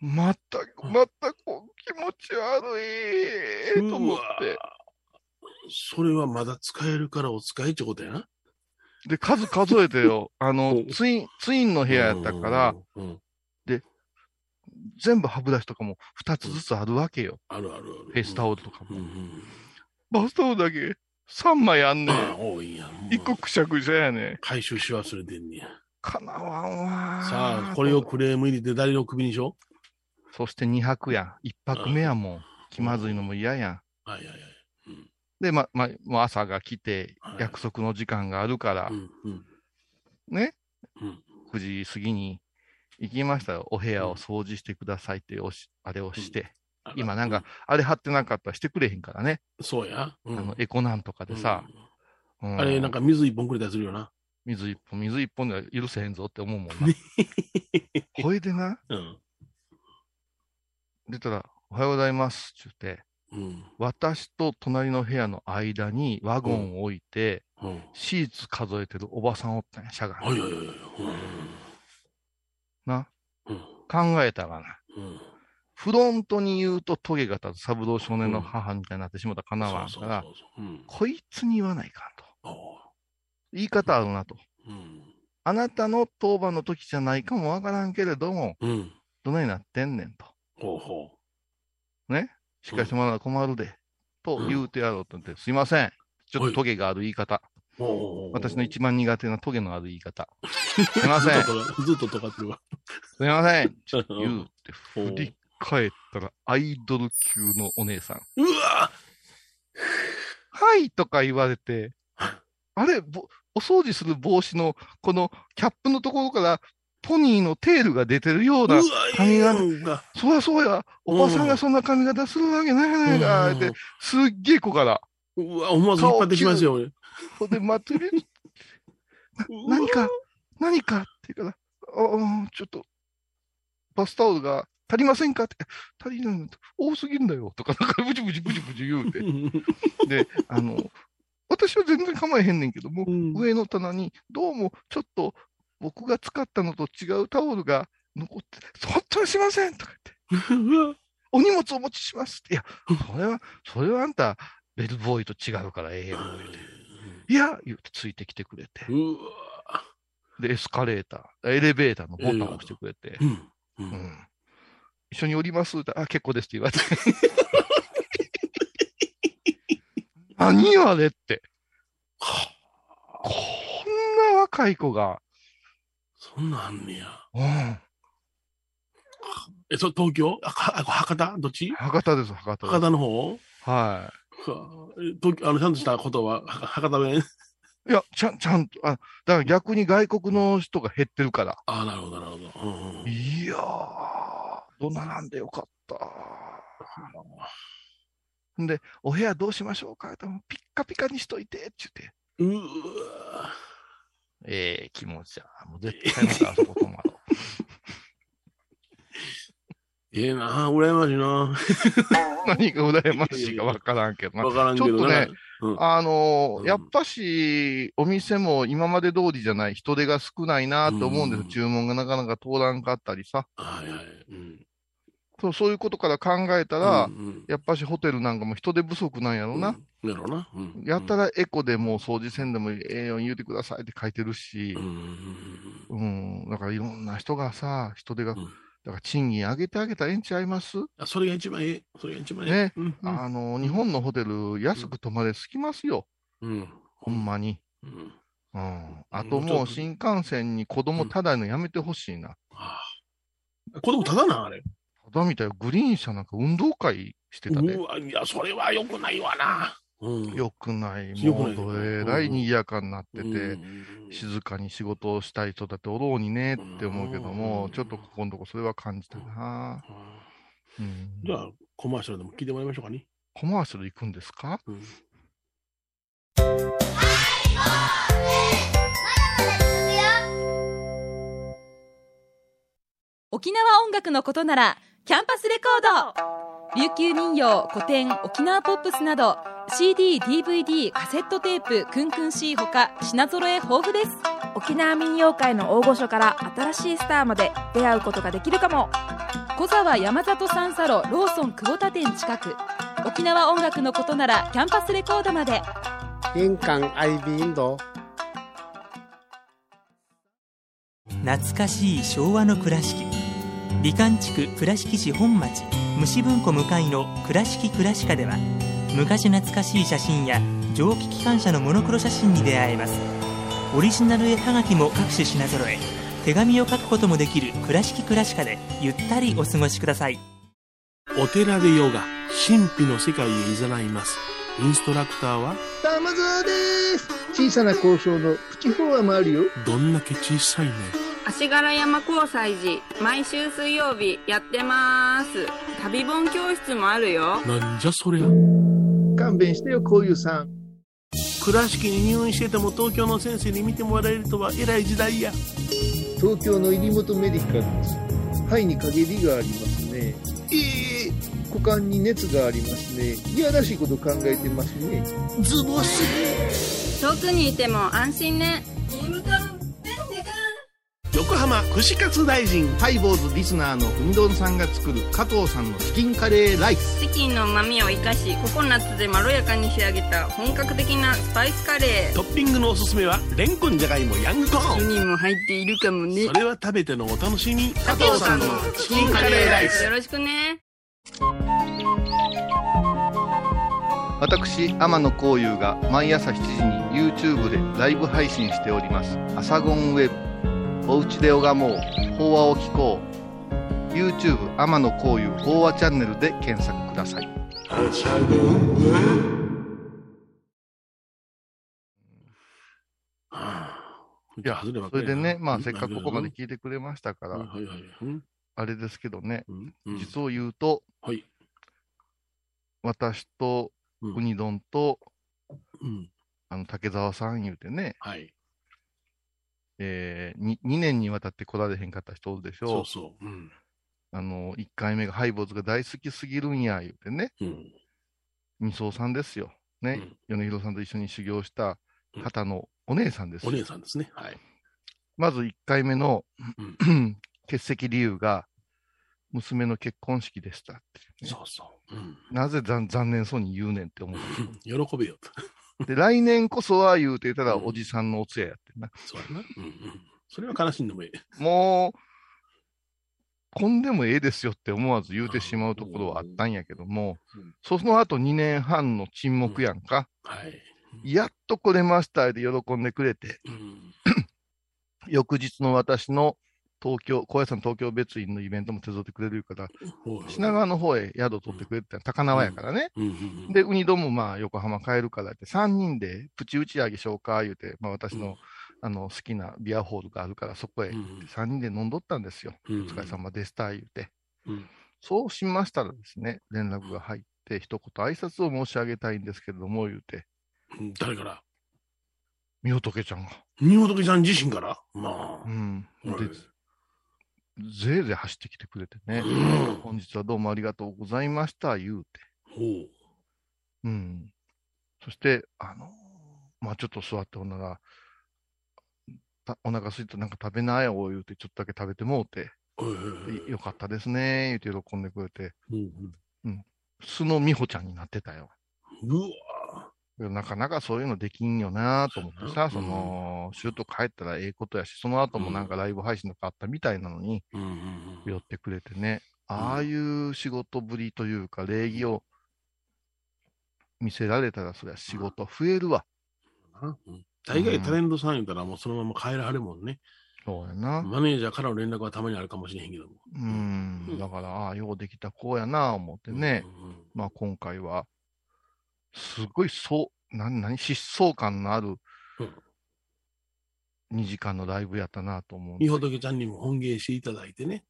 [SPEAKER 3] また、またこう、気持ち悪いと思って。
[SPEAKER 2] それはまだ使えるからお使いってことやな。
[SPEAKER 3] で、数数え
[SPEAKER 2] *laughs*
[SPEAKER 3] てよ、あ
[SPEAKER 2] う
[SPEAKER 3] の
[SPEAKER 2] ん、
[SPEAKER 3] ツイン、ツインの部屋やったから、
[SPEAKER 2] うん。うん。
[SPEAKER 3] 全部歯ブラシとかも2つずつあるわけよ。
[SPEAKER 2] あるあるある。
[SPEAKER 3] フェイスタ
[SPEAKER 2] オ
[SPEAKER 3] オルとか
[SPEAKER 2] うんう
[SPEAKER 3] も。
[SPEAKER 2] ん。
[SPEAKER 3] バスタオルだけ3枚あんねん。
[SPEAKER 2] 多いんや。
[SPEAKER 3] 1個くしゃくしゃやねん。
[SPEAKER 2] 回収し忘れてんねや。
[SPEAKER 3] かなわんわー
[SPEAKER 2] さあ、これをクレーム入れて誰の首にしよ
[SPEAKER 3] そして2泊やん。1泊目やもん。気まずいのも嫌やん。
[SPEAKER 2] うはいはいはい。
[SPEAKER 3] で、ま、ま、もう朝が来て
[SPEAKER 2] はい、
[SPEAKER 3] 約束の時間があるから
[SPEAKER 2] う、んうん
[SPEAKER 3] ね、
[SPEAKER 2] うん
[SPEAKER 3] 9時過ぎに行きましたよ。お部屋を掃除してくださいっておし、あれをして、
[SPEAKER 2] あら
[SPEAKER 3] 今なんか、あれ貼ってなかったらしてくれへんからね。
[SPEAKER 2] そうや。う
[SPEAKER 3] あの、エコなんとかでさ、、う
[SPEAKER 2] うんんあれ、なんか水一本くれたりするよな。
[SPEAKER 3] 水一本、水一本では許せへんぞって思うもんな。 *laughs* ほいでな、
[SPEAKER 2] うん。
[SPEAKER 3] 出たら、おはようございますって言って、
[SPEAKER 2] うん。
[SPEAKER 3] 私と隣の部屋の間にワゴンを置いて、
[SPEAKER 2] うん。
[SPEAKER 3] シーツ数えてるおばさんおったんや、しゃが
[SPEAKER 2] はいはいはいはい。
[SPEAKER 3] な、
[SPEAKER 2] うん。
[SPEAKER 3] 考えたがな。
[SPEAKER 2] うん。
[SPEAKER 3] フロントに言うとトゲが立つ三郎少年の母みたいになってしまったかなわん
[SPEAKER 2] そうそ
[SPEAKER 3] か
[SPEAKER 2] う
[SPEAKER 3] ら、
[SPEAKER 2] そうそう。うん。
[SPEAKER 3] こいつに言わないかんと。
[SPEAKER 2] お
[SPEAKER 3] 言い方あるなと。
[SPEAKER 2] ううん。
[SPEAKER 3] あなたの当番の時じゃないかもわからんけれども、
[SPEAKER 2] うん。
[SPEAKER 3] どないなってんねんと。
[SPEAKER 2] ほうほ
[SPEAKER 3] しかしまだ困るで。と言うてやろうと思って、すいません。ちょっとトゲがある言い方。
[SPEAKER 2] う。ほうほうほう
[SPEAKER 3] 私の一番苦手なトゲのある言い方。すい
[SPEAKER 2] 番
[SPEAKER 3] ま *laughs* せん。す
[SPEAKER 2] ずっととがってるわ。
[SPEAKER 3] いません。
[SPEAKER 2] う
[SPEAKER 3] *laughs* 言うて、振り返ったらアイドル級のお姉さん。
[SPEAKER 2] わ
[SPEAKER 3] はいとか言われて、あれ、ぼお掃除する帽子のこのキャップのところからポニーのテールが出てるよう
[SPEAKER 2] うわ
[SPEAKER 3] な、髪が
[SPEAKER 2] が。
[SPEAKER 3] そりゃそうや、おばさんがそんな髪型するわけないやないか、って、すっげえ子から。
[SPEAKER 2] うわ、思わず引っ張ってきますよ、俺。
[SPEAKER 3] ほんで、まつり、何か、何かって言うから、ああ、ちょっと、バスタオルが足りませんかって、足りないの多すぎんだよとか、なんかブチブチブチブチ言うて
[SPEAKER 2] う。ん。
[SPEAKER 3] で、あの、私は全然構えへんねんけども、
[SPEAKER 2] うん
[SPEAKER 3] 上の棚に、どうもちょっと僕が使ったのと違うタオルが残って、本当にすいませんとか言って、
[SPEAKER 2] うわ
[SPEAKER 3] お荷物お持ちしますって。いや、それは、それはあんた、ベルボーイと違うからええよ。言うていや、言うてついてきてくれて、
[SPEAKER 2] うわ
[SPEAKER 3] で、エスカレーター、エレベーターのボタンを押してくれて、
[SPEAKER 2] うん。う。
[SPEAKER 3] うんん一緒に降りますって、あ、結構ですって言われて。何あれって。こんな若い子が、
[SPEAKER 2] そんなんあんねや。
[SPEAKER 3] うん、
[SPEAKER 2] え、そ、東京あ、かあ博多どっち
[SPEAKER 3] 博多です、博多
[SPEAKER 2] 博
[SPEAKER 3] で
[SPEAKER 2] 多の方
[SPEAKER 3] す。は
[SPEAKER 2] はえ東京あの、ちゃんとしたことは、は博多弁
[SPEAKER 3] い。いや、ちゃん、ちゃんと、あ、だから逆に外国の人が減ってるから。
[SPEAKER 2] ああ、なるほど、なるほど。うんうん
[SPEAKER 3] いやー、どならんでよかった。んで、お部屋どうしましょうかってピッカピカにしといて、って言って。
[SPEAKER 2] うー
[SPEAKER 3] ええ気持ちや。もう絶対またあそこ泊まろう。
[SPEAKER 2] ええなあ、羨ましいな
[SPEAKER 3] *laughs* 何が羨ましいか分からんけど
[SPEAKER 2] あ。
[SPEAKER 3] な。
[SPEAKER 2] わからんけどな。
[SPEAKER 3] ちょっと
[SPEAKER 2] うん
[SPEAKER 3] あの
[SPEAKER 2] う
[SPEAKER 3] ー
[SPEAKER 2] ん
[SPEAKER 3] やっぱし、お店も今まで通りじゃない人手が少ないなと思うんですよ。
[SPEAKER 2] うん
[SPEAKER 3] 注文がなかなか通らんかったりさ。
[SPEAKER 2] はいはい。うん。
[SPEAKER 3] そうそういうことから考えたら、
[SPEAKER 2] うんうん、
[SPEAKER 3] やっぱしホテルなんかも人手不足なんやろな。
[SPEAKER 2] うん。やろな。うん
[SPEAKER 3] やったらエコでもう掃除せんでもええように言うてくださいって書いてるし
[SPEAKER 2] うん、うんうん
[SPEAKER 3] うん、だからいろんな人がさ、人手が、
[SPEAKER 2] うん
[SPEAKER 3] だから賃金上げてあげたらええんちゃいます、
[SPEAKER 2] あそれが一番ええ。それが一番ええ。
[SPEAKER 3] ね
[SPEAKER 2] うんうん
[SPEAKER 3] あのー、日本のホテル安く泊まれすきますよ。
[SPEAKER 2] うん。
[SPEAKER 3] ほんまに。
[SPEAKER 2] うん。
[SPEAKER 3] うんあ
[SPEAKER 2] う
[SPEAKER 3] と
[SPEAKER 2] んちょ
[SPEAKER 3] も
[SPEAKER 2] っ
[SPEAKER 3] う
[SPEAKER 2] と
[SPEAKER 3] 新幹線に子供ただのやめてほしいな。
[SPEAKER 2] ああ子供ただな、あれ。
[SPEAKER 3] ただみたいなグリーン車なんか運動会してたで
[SPEAKER 2] う。わ、いや、それは良くないわな。うん。
[SPEAKER 3] よくない。
[SPEAKER 2] よく
[SPEAKER 3] も
[SPEAKER 2] な
[SPEAKER 3] う
[SPEAKER 2] い
[SPEAKER 3] どえらい賑やかになってて、
[SPEAKER 2] うん
[SPEAKER 3] 静かに仕事をしたい人だっておろうにねって思うけども、
[SPEAKER 2] うん
[SPEAKER 3] ちょっとここのとこそれは感じたな。
[SPEAKER 2] うん
[SPEAKER 3] うん
[SPEAKER 2] じゃあ、コマーシャルでも聞いてもらいましょうかね。
[SPEAKER 3] コマーシャル行くんですか
[SPEAKER 2] うん
[SPEAKER 1] 沖縄音楽のことならキャンパスレコード琉球民謡古典沖縄ポップスなど CDDVD カセットテープクンクン C ほか品揃え豊富です
[SPEAKER 4] 沖縄民謡界の大御所から新しいスターまで出会うことができるかも
[SPEAKER 1] 小沢山里三佐路ローソン久保田店近く沖縄音楽のことならキャンパスレコードまで
[SPEAKER 5] 玄関アイビーインド
[SPEAKER 6] 懐かしい昭和の倉敷美観地区倉敷市本町虫文庫向かいの「倉敷倉歯科」では昔懐かしい写真や蒸気機関車のモノクロ写真に出会えますオリジナル絵はがきも各種品揃え手紙を書くこともできる「倉敷倉歯科」でゆったりお過ごしください
[SPEAKER 7] お寺でヨガ神秘の世界へ誘いますインストラクターは
[SPEAKER 8] 玉沢です小さな交渉のプチフォアもあるよ
[SPEAKER 7] どんだけ小さいね
[SPEAKER 9] 足柄山交際時毎週水曜日やってます旅本教室もあるよ
[SPEAKER 7] なんじゃそりゃ
[SPEAKER 8] 勘弁してよこういうさん
[SPEAKER 7] 倉敷に入院してても東京の先生に見てもらえるとは偉い時代や
[SPEAKER 8] 東京の入元メディカルです肺に陰りがありますねええ股間に熱がありますねいやらしいこと考えてますねズボス
[SPEAKER 9] 遠くにいても安心ね
[SPEAKER 2] 旅横浜串カツ大臣
[SPEAKER 10] ハイボーズリスナーのうみどんさんが作る加藤さんのチキンカレーライス
[SPEAKER 9] チキンの旨味を生かしココナッツでまろやかに仕上げた本格的なスパイスカレ
[SPEAKER 2] トッピングのおすすめはレンコンじゃがいもヤングコ
[SPEAKER 9] ー
[SPEAKER 2] ーン
[SPEAKER 9] 人も入っているかもね
[SPEAKER 2] それは食べてのお楽しみ
[SPEAKER 10] 加藤さんのチキンカレーライス
[SPEAKER 9] よろしくね
[SPEAKER 3] 私、天野幸雄が毎朝7時に YouTube でライブ配信しております。アサゴンウェブ。おうちで拝もう。法話を聞こう。YouTube 天野幸雄法話チャンネルで検索ください。
[SPEAKER 2] いや、外ればっ
[SPEAKER 3] そ
[SPEAKER 2] かり
[SPEAKER 3] れ
[SPEAKER 2] や
[SPEAKER 3] で
[SPEAKER 2] な
[SPEAKER 3] ね、まあせっかくここまで聞いてくれましたか
[SPEAKER 2] はい
[SPEAKER 3] ら、
[SPEAKER 2] はいはい。うん
[SPEAKER 3] あれですけどね、
[SPEAKER 2] うんうん
[SPEAKER 3] 実を言うと、
[SPEAKER 2] はい。
[SPEAKER 3] 私と
[SPEAKER 2] うん
[SPEAKER 3] ウニ丼と、
[SPEAKER 2] うん
[SPEAKER 3] あの竹澤さん言うてね、
[SPEAKER 2] はい。
[SPEAKER 3] えー、に 2, 年にわたって来られへんかった人おるでし
[SPEAKER 2] そ
[SPEAKER 3] ょ
[SPEAKER 2] うそう。うん。
[SPEAKER 3] あの、1回目がハイボーズが大好きすぎるんや、言うてね、
[SPEAKER 2] うん。
[SPEAKER 3] 二層さんですよ。ね、米広さんと一緒に修行した方のお姉さんですよ。
[SPEAKER 2] お姉さんですね。はい。
[SPEAKER 3] まず1回目の
[SPEAKER 2] う
[SPEAKER 3] *clears throat* 欠席理由が、娘の結婚式でしたってね、
[SPEAKER 2] そうそう。うん。
[SPEAKER 3] なぜ残残念そうに言うねんって思う。
[SPEAKER 2] 喜べよと。 *laughs*
[SPEAKER 3] で、来年こそは言うてたら、
[SPEAKER 2] うん
[SPEAKER 3] おじさんのお通夜やってんな。
[SPEAKER 2] そうやな。うんうん。それは悲しんでもええ。
[SPEAKER 3] もう、こんでもええですよって思わず言うてしまうところはあったんやけども
[SPEAKER 2] うん、
[SPEAKER 3] その後2年半の沈黙やんか、
[SPEAKER 2] はい。
[SPEAKER 3] やっと来れましたで喜んでくれて、
[SPEAKER 2] うん。
[SPEAKER 3] 翌日の私の東京、高野山東京別院のイベントも手伝ってくれるから、
[SPEAKER 2] ほう
[SPEAKER 3] 品川の方へ宿取ってくれてた高輪やからね。
[SPEAKER 2] うんうんうん。
[SPEAKER 3] で、ウニ丼もまあ横浜帰るからって、3人でプチ打ち上げしようか言うて、まあ私の,、あの好きなビアホールがあるから、そこへ
[SPEAKER 2] うん
[SPEAKER 3] 3人で飲んどったんですよ。
[SPEAKER 2] うん、お
[SPEAKER 3] お疲れ様でした、言うて。
[SPEAKER 2] うん
[SPEAKER 3] そうしましたらですね、連絡が入って、一言挨拶を申し上げたいんですけれども、言うて、
[SPEAKER 2] 誰から
[SPEAKER 3] みほとけちゃんが、
[SPEAKER 2] みほとけさん自身からま
[SPEAKER 3] う
[SPEAKER 2] あ。
[SPEAKER 3] ん、で
[SPEAKER 2] はい、
[SPEAKER 3] ぜいぜい走ってきてくれてね、
[SPEAKER 2] うん
[SPEAKER 3] 本日はどうもありがとうございました、言うて。
[SPEAKER 2] ほう。
[SPEAKER 3] うん。そして、あのーまあちょっと座ってほんなら、たお腹空いてなんか食べないおう言うて、ちょっとだけ食べてもうて、
[SPEAKER 2] はいはいはい
[SPEAKER 3] でよかったですね、言うて喜んでくれて、
[SPEAKER 2] うんうん
[SPEAKER 3] 素の美穂ちゃんになってたよ。
[SPEAKER 2] うわ
[SPEAKER 3] なかなかそういうのできんよなと思って
[SPEAKER 2] う
[SPEAKER 3] さ、
[SPEAKER 2] ん
[SPEAKER 3] その、シュート帰ったらええことやし、その後もなんかライブ配信とかあったみたいなのに、
[SPEAKER 2] うんうんうん
[SPEAKER 3] 寄ってくれてね、ああいう仕事ぶりというか、礼儀を見せられたら、そりゃ仕事増えるわ。
[SPEAKER 2] うん大概タレントさん言ったらもうそのまま帰らはるもんね。
[SPEAKER 3] そうやな。
[SPEAKER 2] マネージャーからの連絡はたまにあるかもしれへんけども。う
[SPEAKER 3] う
[SPEAKER 2] ん
[SPEAKER 3] ん。だから、ああ、ようできた子やな思ってね、まあ今回は、すごいそう、なん、なに、疾走感のある
[SPEAKER 2] うん
[SPEAKER 3] 2時間のライブやったなと思うんだ
[SPEAKER 2] みほとけちゃんにも本芸していただいてね。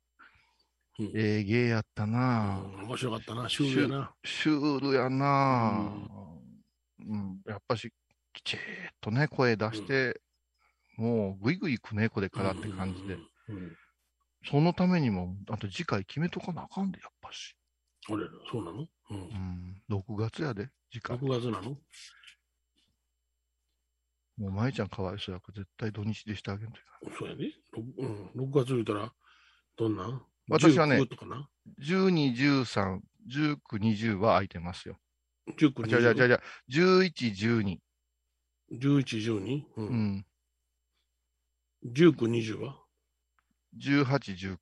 [SPEAKER 2] うん
[SPEAKER 3] ええ芸やったなぁ、
[SPEAKER 2] うん面白かったな、シュールやな。
[SPEAKER 3] シュールやなぁ、うんやっぱし、きちっとね、声出して、もうぐいぐい行くね、これからって感じで。
[SPEAKER 2] うんうんうんうん。
[SPEAKER 3] そのためにも、あと次回決めとかなあかんで、やっぱし。
[SPEAKER 2] 俺ら、そうなのうん
[SPEAKER 3] うん、6月やで、次回。
[SPEAKER 2] 6月なの
[SPEAKER 3] もう舞ちゃんかわいそうやから、絶対土日でしてあげんとい
[SPEAKER 2] そうやね。ろくうん、6月言うたら、どんなん
[SPEAKER 3] 私はね
[SPEAKER 2] 19とかな
[SPEAKER 3] けない。12、13、19、20は空いてますよ。
[SPEAKER 2] 19
[SPEAKER 3] あ、じゃじゃじゃじゃ11、12。
[SPEAKER 2] 11、12、う、
[SPEAKER 3] うんん。
[SPEAKER 2] 19、20は、
[SPEAKER 3] 18、19。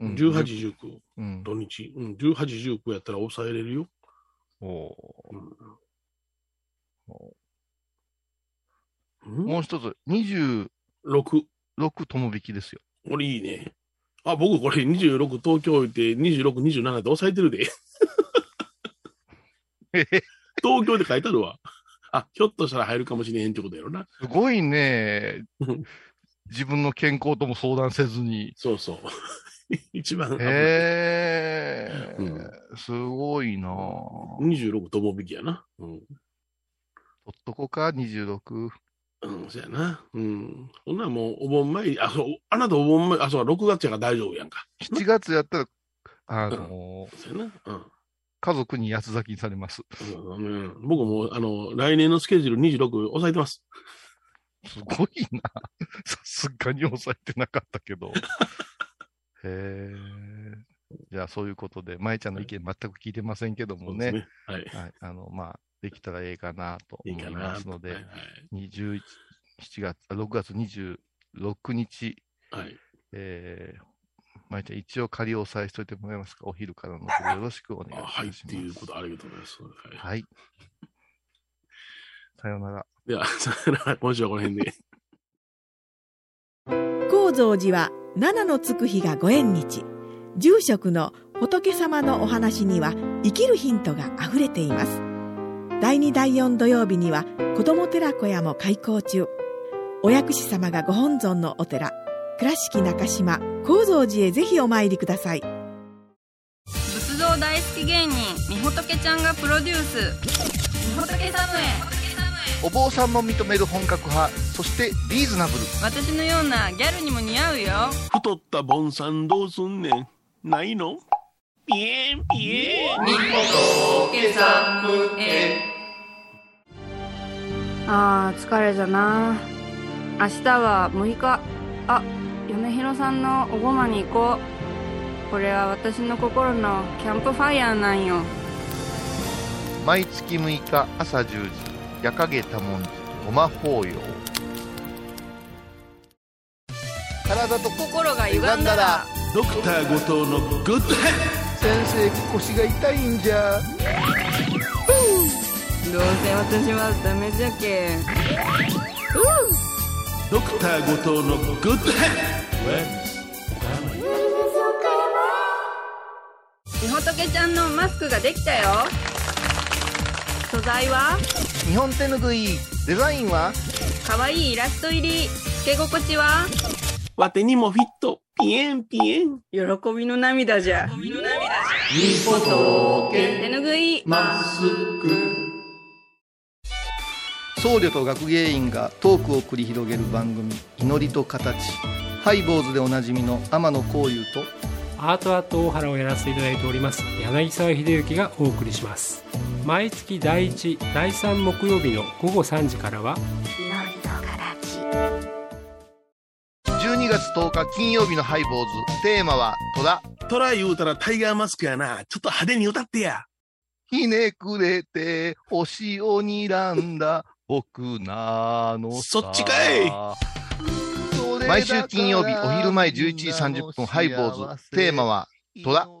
[SPEAKER 3] うん、
[SPEAKER 2] ?18、19、
[SPEAKER 3] うん。
[SPEAKER 2] 土日、うん。18、19やったら抑えれるよ。
[SPEAKER 3] おー
[SPEAKER 2] うん、
[SPEAKER 3] もう一つ、26
[SPEAKER 2] 6。
[SPEAKER 3] 友引きですよ。
[SPEAKER 2] これいいね。あ、僕これ26、東京行って26、27で抑えてるで。 *laughs* 東京で書いてあるわ。あ、ひょっとしたら入るかもしれへんってことやろな。
[SPEAKER 3] *laughs* すごいね、自分の健康とも相談せずに。
[SPEAKER 2] そうそう。 *laughs* 一番危ない、
[SPEAKER 3] へえ
[SPEAKER 2] う
[SPEAKER 3] すごいなぁ
[SPEAKER 2] 26ともびきやな。うん。
[SPEAKER 3] とっとこか、26。
[SPEAKER 2] うん、そうやな。うん。ほんならもうお盆前に、あ、そう、あなたお盆前、あ、そう、6月やから大丈夫やんか。
[SPEAKER 3] 7月やったら、あのー
[SPEAKER 2] そうやな。うん。
[SPEAKER 3] 家族に八つ咲きにされます。
[SPEAKER 2] うん、僕も、あの、来年のスケジュール26抑えてます。
[SPEAKER 3] すごいな。 *laughs* さすがに抑えてなかった
[SPEAKER 2] *laughs*
[SPEAKER 3] けど。へえ。じゃあ、そういうことで、まえちゃんの意見全く聞いてませんけどもね。
[SPEAKER 2] そうですねはい
[SPEAKER 3] あの、まあ、できたらええかなと思いますので、
[SPEAKER 2] いいかなとは
[SPEAKER 3] 21 7月、あ6月26日、
[SPEAKER 2] はい。、
[SPEAKER 3] えー、まえちゃん、一応仮押さえしといてもらえますかお昼からの *laughs* 方よろしくお願いします。はい、っていうこと
[SPEAKER 2] ありがとうございます。はい。
[SPEAKER 3] さようなら。
[SPEAKER 2] では、 *laughs* さよなら、今週はこの *laughs* 辺で。
[SPEAKER 11] 高蔵寺は七のつく日がご縁日住職の仏様のお話には生きるヒントがあふれています第2第4土曜日には子ども寺小屋も開校中お薬師様がご本尊のお寺倉敷中島・高蔵寺へぜひお参りください
[SPEAKER 9] 仏像大好き芸人みほとけちゃんがプロデュースみほとけサムエ
[SPEAKER 3] お坊さんも認める本格派、そしてリーズナブル。
[SPEAKER 9] 私のようなギャルにも似合うよ
[SPEAKER 2] 太ったボンさんどうすんねん。ないのピエンピエン。
[SPEAKER 9] あー疲れじゃな明日は6日あ嫁ひろさんのおごまに行こうこれは私の心のキャンプファイヤーなんよ
[SPEAKER 3] 毎月6日朝10時、夜影多文字、ごま法要。体と
[SPEAKER 9] 心が
[SPEAKER 3] 歪んだら
[SPEAKER 2] ドクター後藤のグッドヘ
[SPEAKER 8] 先生腰が痛いんじゃ
[SPEAKER 9] どうせ私はダメじゃけ
[SPEAKER 2] ドドクター後藤のグッドヘッド。
[SPEAKER 9] みほとけちゃんのマスクができたよ素材は
[SPEAKER 3] 日本手ぬぐい。デザインは
[SPEAKER 9] 可愛いイラスト入りつけ心地は
[SPEAKER 2] わてにもフィット。ピエンピエン。
[SPEAKER 9] 喜びの涙じゃ。
[SPEAKER 2] みほと
[SPEAKER 9] 手ぬぐい
[SPEAKER 2] マスク。
[SPEAKER 10] 僧侶と学芸員がトークを繰り広げる番組「祈りと形」ハイボーズでおなじみの天野幸雄と
[SPEAKER 12] アートアート大原をやらせていただいております柳沢秀幸がお送りします毎月第1第3木曜日の午後3時からは
[SPEAKER 3] 12月10日金曜日のハイボーズ。テーマは虎。
[SPEAKER 2] 虎言うたらタイガーマスクやな。ちょっと派手に歌ってや。
[SPEAKER 3] ひねくれて、星を睨んだ、僕なの
[SPEAKER 2] そっちかい
[SPEAKER 3] 毎週金曜日お昼前11時30分ハイボーズ。テーマは虎。